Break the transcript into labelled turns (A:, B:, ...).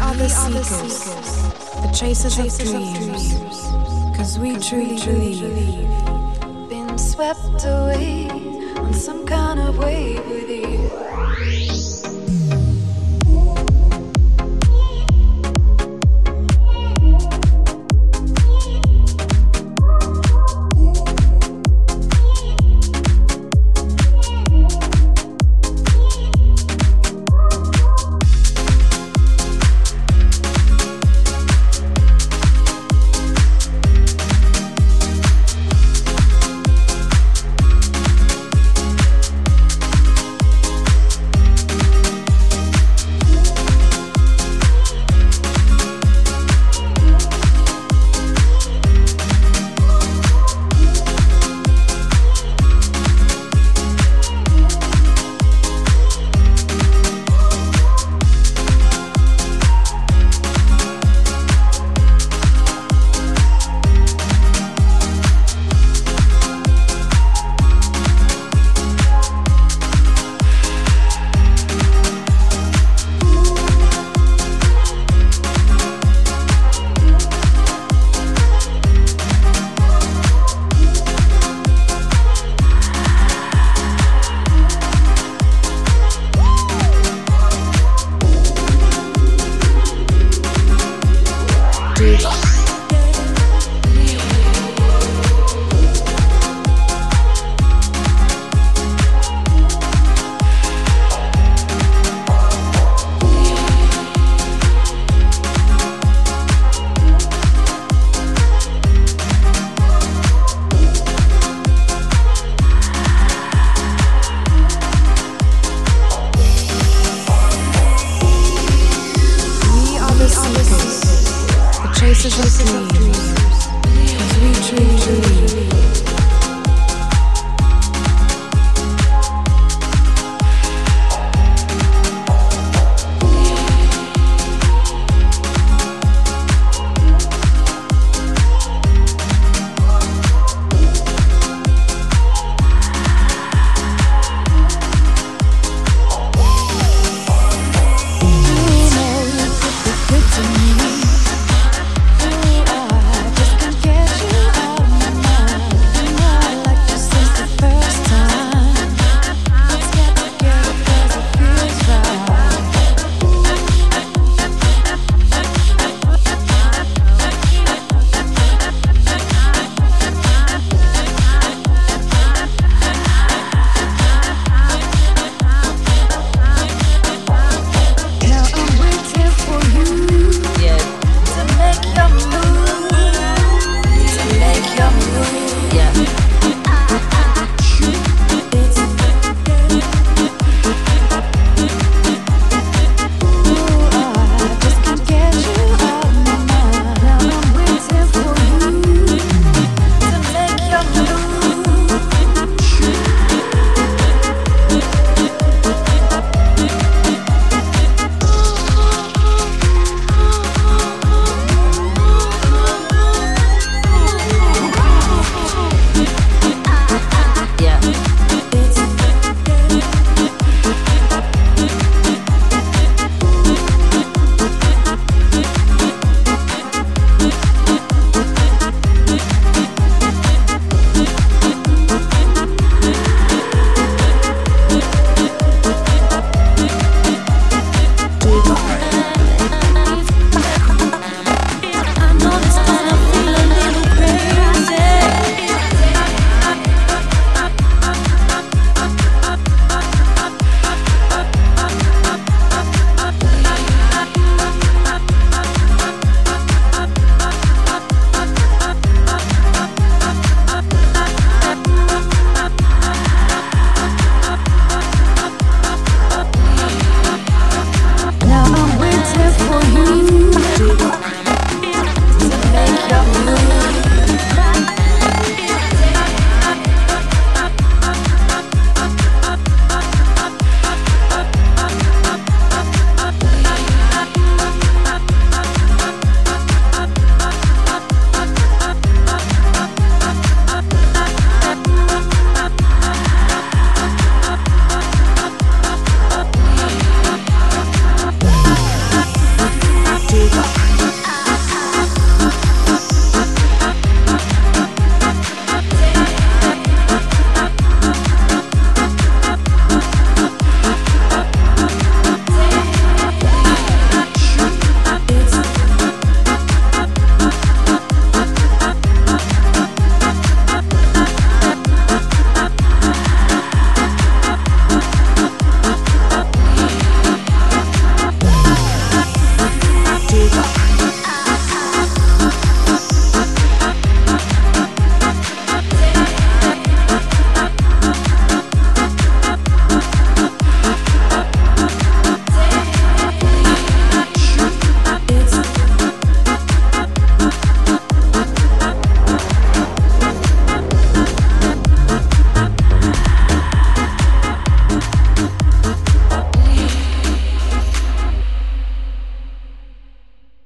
A: are the seekers, the chasers of dreams. Cause we truly believe.
B: Been swept away on some kind of wave with you.
A: chasers of dreams. Cause we truly believe.